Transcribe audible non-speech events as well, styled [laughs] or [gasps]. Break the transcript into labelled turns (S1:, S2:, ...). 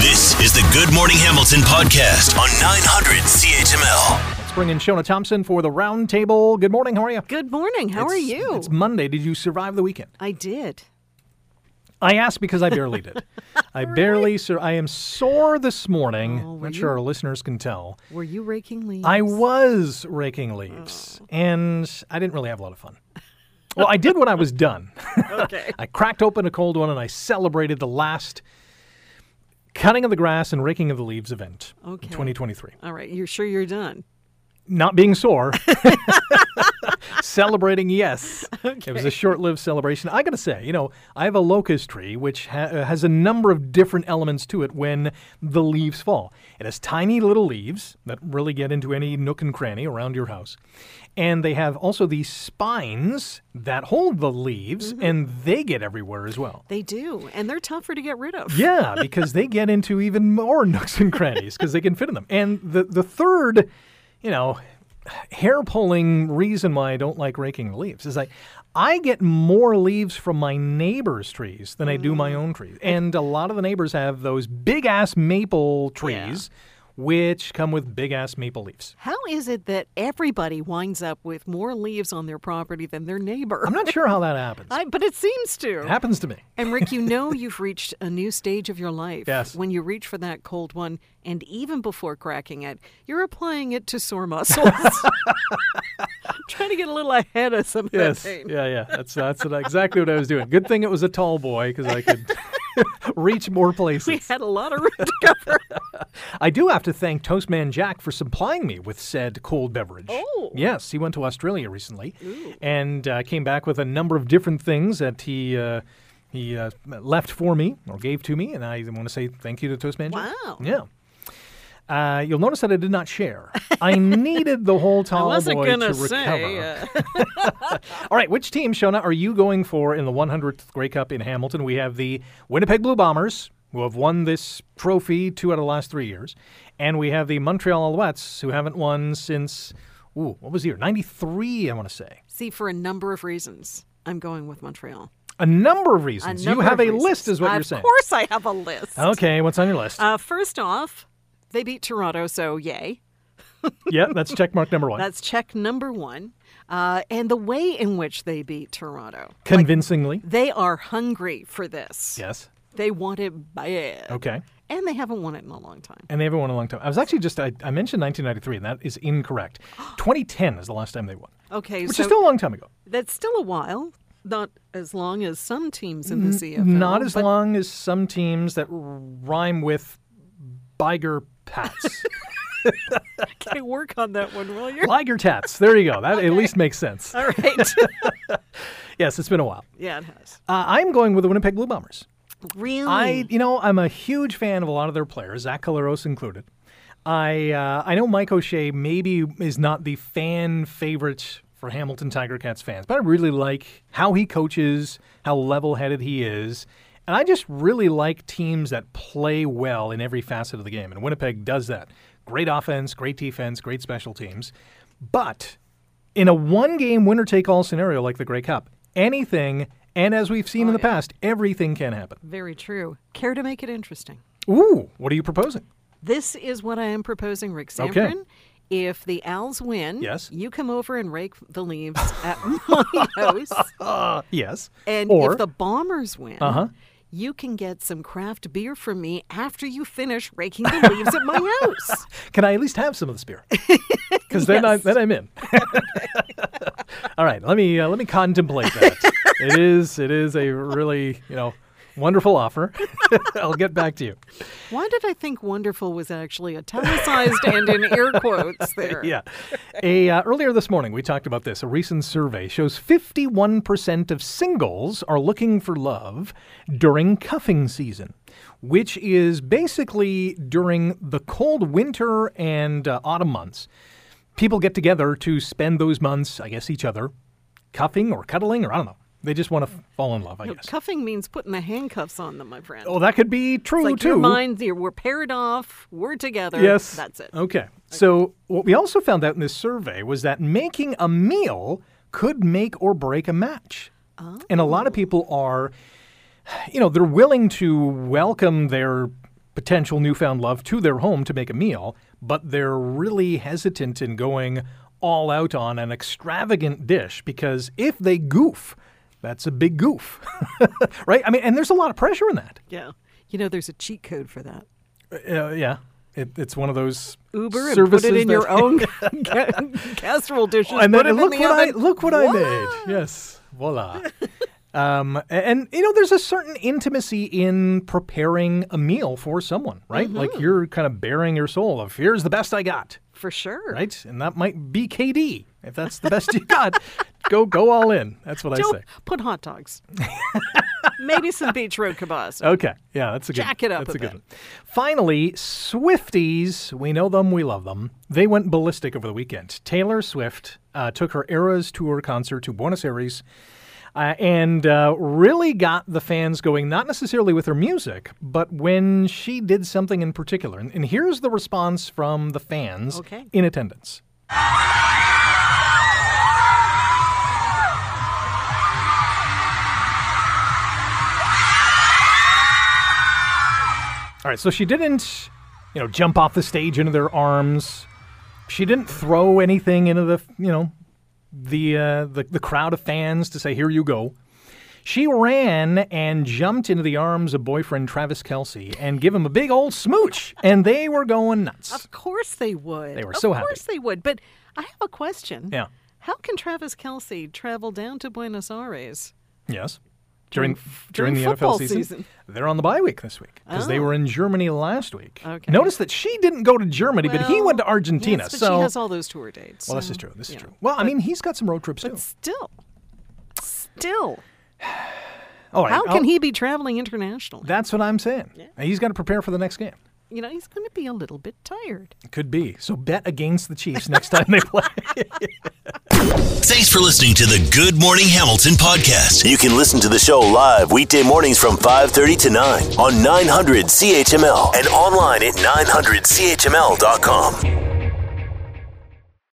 S1: This is the Good Morning Hamilton podcast on 900 CHML.
S2: Let's bring in Shona Thompson for the round table. Good morning. How are you?
S3: Good morning. How are
S2: It's-
S3: you?
S2: It's Monday. Did you survive the weekend?
S3: I did.
S2: I asked because I barely did. [laughs] I barely sur- I am sore this morning.
S3: Oh, were
S2: Not sure our listeners can tell.
S3: Were you raking leaves?
S2: I was raking leaves,
S3: Oh.
S2: and I didn't really have a lot of fun. Well, I did when I was done. [laughs]
S3: okay.
S2: I cracked open a cold one and I celebrated the last cutting of the grass and raking of the leaves event
S3: Okay.
S2: in 2023.
S3: All right. You're sure you're done?
S2: Not being sore. [laughs] Celebrating, yes. It was a short lived celebration. I got to say, you know, I have a locust tree which ha- uh, has a number of different elements to it when the leaves fall. It has tiny little leaves that really get into any nook and cranny around your house. And they have also these spines that hold the leaves, and they get everywhere as well.
S3: They do, and they're tougher to get rid of.
S2: Yeah, because they get into even more nooks and crannies because they can fit in them. And the the third, you know, hair pulling reason why I don't like raking leaves is like I get more leaves from my neighbors' trees than I do my own trees. And a lot of the neighbors have those big ass maple trees, which come with big ass maple leaves.
S3: How is it that everybody winds up with more leaves on their property than their neighbor?
S2: I'm not sure how that happens.
S3: I, but it seems to.
S2: It happens to me.
S3: And Rick, you know you've reached a new stage of your life.
S2: Yes.
S3: When you reach for that cold one, and even before cracking it, you're applying it to
S2: [laughs]
S3: sore muscles. Trying to get a little ahead of some of
S2: Yes.
S3: that pain.
S2: Yeah, yeah. That's that's exactly what I was doing. Good thing it was a tall boy because I could reach more places.
S3: We had a lot of [laughs] room to cover.
S2: I do have to thank Toastman Jack for supplying me with said cold beverage.
S3: Oh.
S2: Yes, he went to Australia recently and uh, came back with a number of different things that he. Uh, he uh, left for me or gave to me, and I want to say thank you to Toastman. Jack.
S3: Wow.
S2: Yeah. Uh, you'll notice that I did not share.
S3: [laughs]
S2: I needed the whole
S3: I
S2: tall
S3: wasn't
S2: boy to
S3: gonna
S2: recover.
S3: say. uh,
S2: All right, which team, Shona, are you going for in the 100th Grey Cup in Hamilton? We have the Winnipeg Blue Bombers, who have won this trophy two out of the last three years, and we have the Montreal Alouettes, who haven't won since, ooh, what was the year? 93, I want to say.
S3: See, for a number of reasons, I'm going with Montreal.
S2: A number of
S3: A
S2: reasons. you
S3: number
S2: have
S3: of
S2: a
S3: reasons.
S2: list, is what
S3: of
S2: you're saying. Oh.
S3: course, I have a list.
S2: Okay, what's on your list?
S3: Uh, first off, they beat Toronto, so yay.
S2: yeah, that's check mark number one.
S3: [laughs] That's check number one. Uh, and the way in which they beat Toronto,
S2: Convincingly.
S3: they are hungry for this.
S2: yes.
S3: They want it bad.
S2: Okay.
S3: And they haven't won it in a long time.
S2: And they haven't won in a long time. I was actually just, I, I mentioned 1993, and that is
S3: [gasps]
S2: incorrect. 2010 is the last time they won,
S3: Okay,
S2: which
S3: so
S2: is still a long time ago.
S3: that's still a while. Not as long as some teams in the CFL.
S2: Not as
S3: but
S2: long as some teams that rhyme with Biger Pats.
S3: Okay, [laughs] work on that one,
S2: [laughs]
S3: will you?
S2: Liger Tats. There you go. That at least makes sense.
S3: All right. [laughs]
S2: Yes, it's been a while.
S3: yeah, it has.
S2: Uh, I'm going with the Winnipeg Blue Bombers.
S3: Really?
S2: I, you know, I'm a huge fan of a lot of their players, Zach Caleros included. I, uh, I know Mike O'Shea maybe is not the fan favorite for Hamilton Tiger Cats fans, but I really like how he coaches, how level-headed he is, and I just really like teams that play well in every facet of the game. And Winnipeg does that. Great offense, great defense, great special teams, but in a one-game winner-take-all scenario like the Grey Cup, anything. And as we've seen in the past, everything can happen.
S3: Very true. Care to make it interesting?
S2: Ooh, what are you proposing?
S3: This is what I am proposing, Rick Samprin.
S2: Okay.
S3: If the Owls win,
S2: Yes.
S3: you come over and rake the leaves at [laughs]
S2: [laughs]
S3: my house.
S2: Uh, yes.
S3: And
S2: or Uh-huh.
S3: if the Bombers win, you can get some craft beer from me after you finish raking the leaves at
S2: [laughs]
S3: my house.
S2: can I at least have some of the
S3: [laughs]
S2: spirit? Because then I
S3: Yes.
S2: then I'm in. [laughs] All right, let me uh, let me contemplate that. it is it is a really you know wonderful offer. [laughs] I'll get back to you.
S3: Why did I think wonderful was actually italicized and in air quotes
S2: [laughs]
S3: there?
S2: Yeah. A, uh, earlier this morning, we talked about this. A recent survey shows 51% of singles are looking for love during cuffing season, which is basically during the cold winter and uh, autumn months. People get together to spend those months, I guess, each other cuffing or cuddling, or I don't know. They just want to fall in love, I guess.
S3: Cuffing means putting the handcuffs on them, my friend.
S2: Oh, that could be true,
S3: it's like
S2: too.
S3: your mind, you're- we're paired off, we're together.
S2: Yes.
S3: That's it.
S2: Okay. So, what we also found out in this survey was that making a meal could make or break a match.
S3: Oh.
S2: And a lot of people are, you know, they're willing to welcome their potential newfound love to their home to make a meal, but they're really hesitant in going all out on an extravagant dish because if they goof, that's a big goof, [laughs] right? I mean, and there's a lot of pressure in that.
S3: Yeah. You know, there's a cheat code for that.
S2: Uh, yeah, it, it's one of those
S3: Uber and put
S2: services
S3: it in
S2: that- Oh,
S3: your
S2: [laughs]
S3: own [laughs] ca- casserole dishes.
S2: and
S3: put
S2: then
S3: it in
S2: look
S3: the
S2: what I
S3: oven.
S2: look what, I
S3: What?
S2: made. Yes, voila. um, a- and you know, there's a certain intimacy in preparing a meal for someone, right?
S3: Mm-hmm.
S2: Like you're kind of bearing your soul of here's the best I got,
S3: For sure.
S2: right? And that might be KD if that's the best you
S3: [laughs]
S2: got. Go go all in. That's what
S3: Don't
S2: I say.
S3: put
S2: [laughs]
S3: hot dogs. Maybe some beach road kibas.
S2: Okay, yeah, that's a good.
S3: Jack it up
S2: That's
S3: a
S2: a good
S3: bit.
S2: one. Finally, Swifties, we know them, we love them. They went ballistic over the weekend. Taylor Swift uh, took her Eras Tour concert to Buenos Aires. Uh, and uh, really got the fans going, not necessarily with her music, but when she did something in particular. And, and here's the response from the fans
S3: Okay.
S2: in attendance. All right, so she didn't, you know, jump off the stage into their arms. She didn't throw anything into the, you know, the uh, the, the crowd of fans to say, "Here you go." She ran and jumped into the arms of boyfriend Travis Kelsey and give him a big old smooch, and they were going nuts.
S3: Of course they would.
S2: They were so
S3: Of
S2: happy.
S3: course they would. But I have a question.
S2: Yeah.
S3: How can Travis Kelsey travel down to Buenos Aires?
S2: Yes. During
S3: during
S2: during, the
S3: football
S2: NFL season,
S3: season.
S2: they're on the bye week this week because they
S3: Oh.
S2: were in Germany last week.
S3: Okay.
S2: Notice that she didn't go to Germany, but he
S3: Well,
S2: went to Argentina.
S3: yes, but
S2: so
S3: she has all those tour dates.
S2: Well, this
S3: so,
S2: is true. This
S3: you
S2: is
S3: know.
S2: true. Well, I mean, he's got some road trips too.
S3: But still, still,
S2: All right.
S3: how
S2: I'll-
S3: can he be traveling internationally?
S2: That's what I'm saying. He's got to prepare for the next game.
S3: you know, he's going to be a little bit tired.
S2: Could be. So bet against the Chiefs next time they play.
S1: Thanks for listening to the Good Morning Hamilton podcast. You can listen to the show live weekday mornings from 5:30 to 9 on 900 CHML and online at 900chml.com.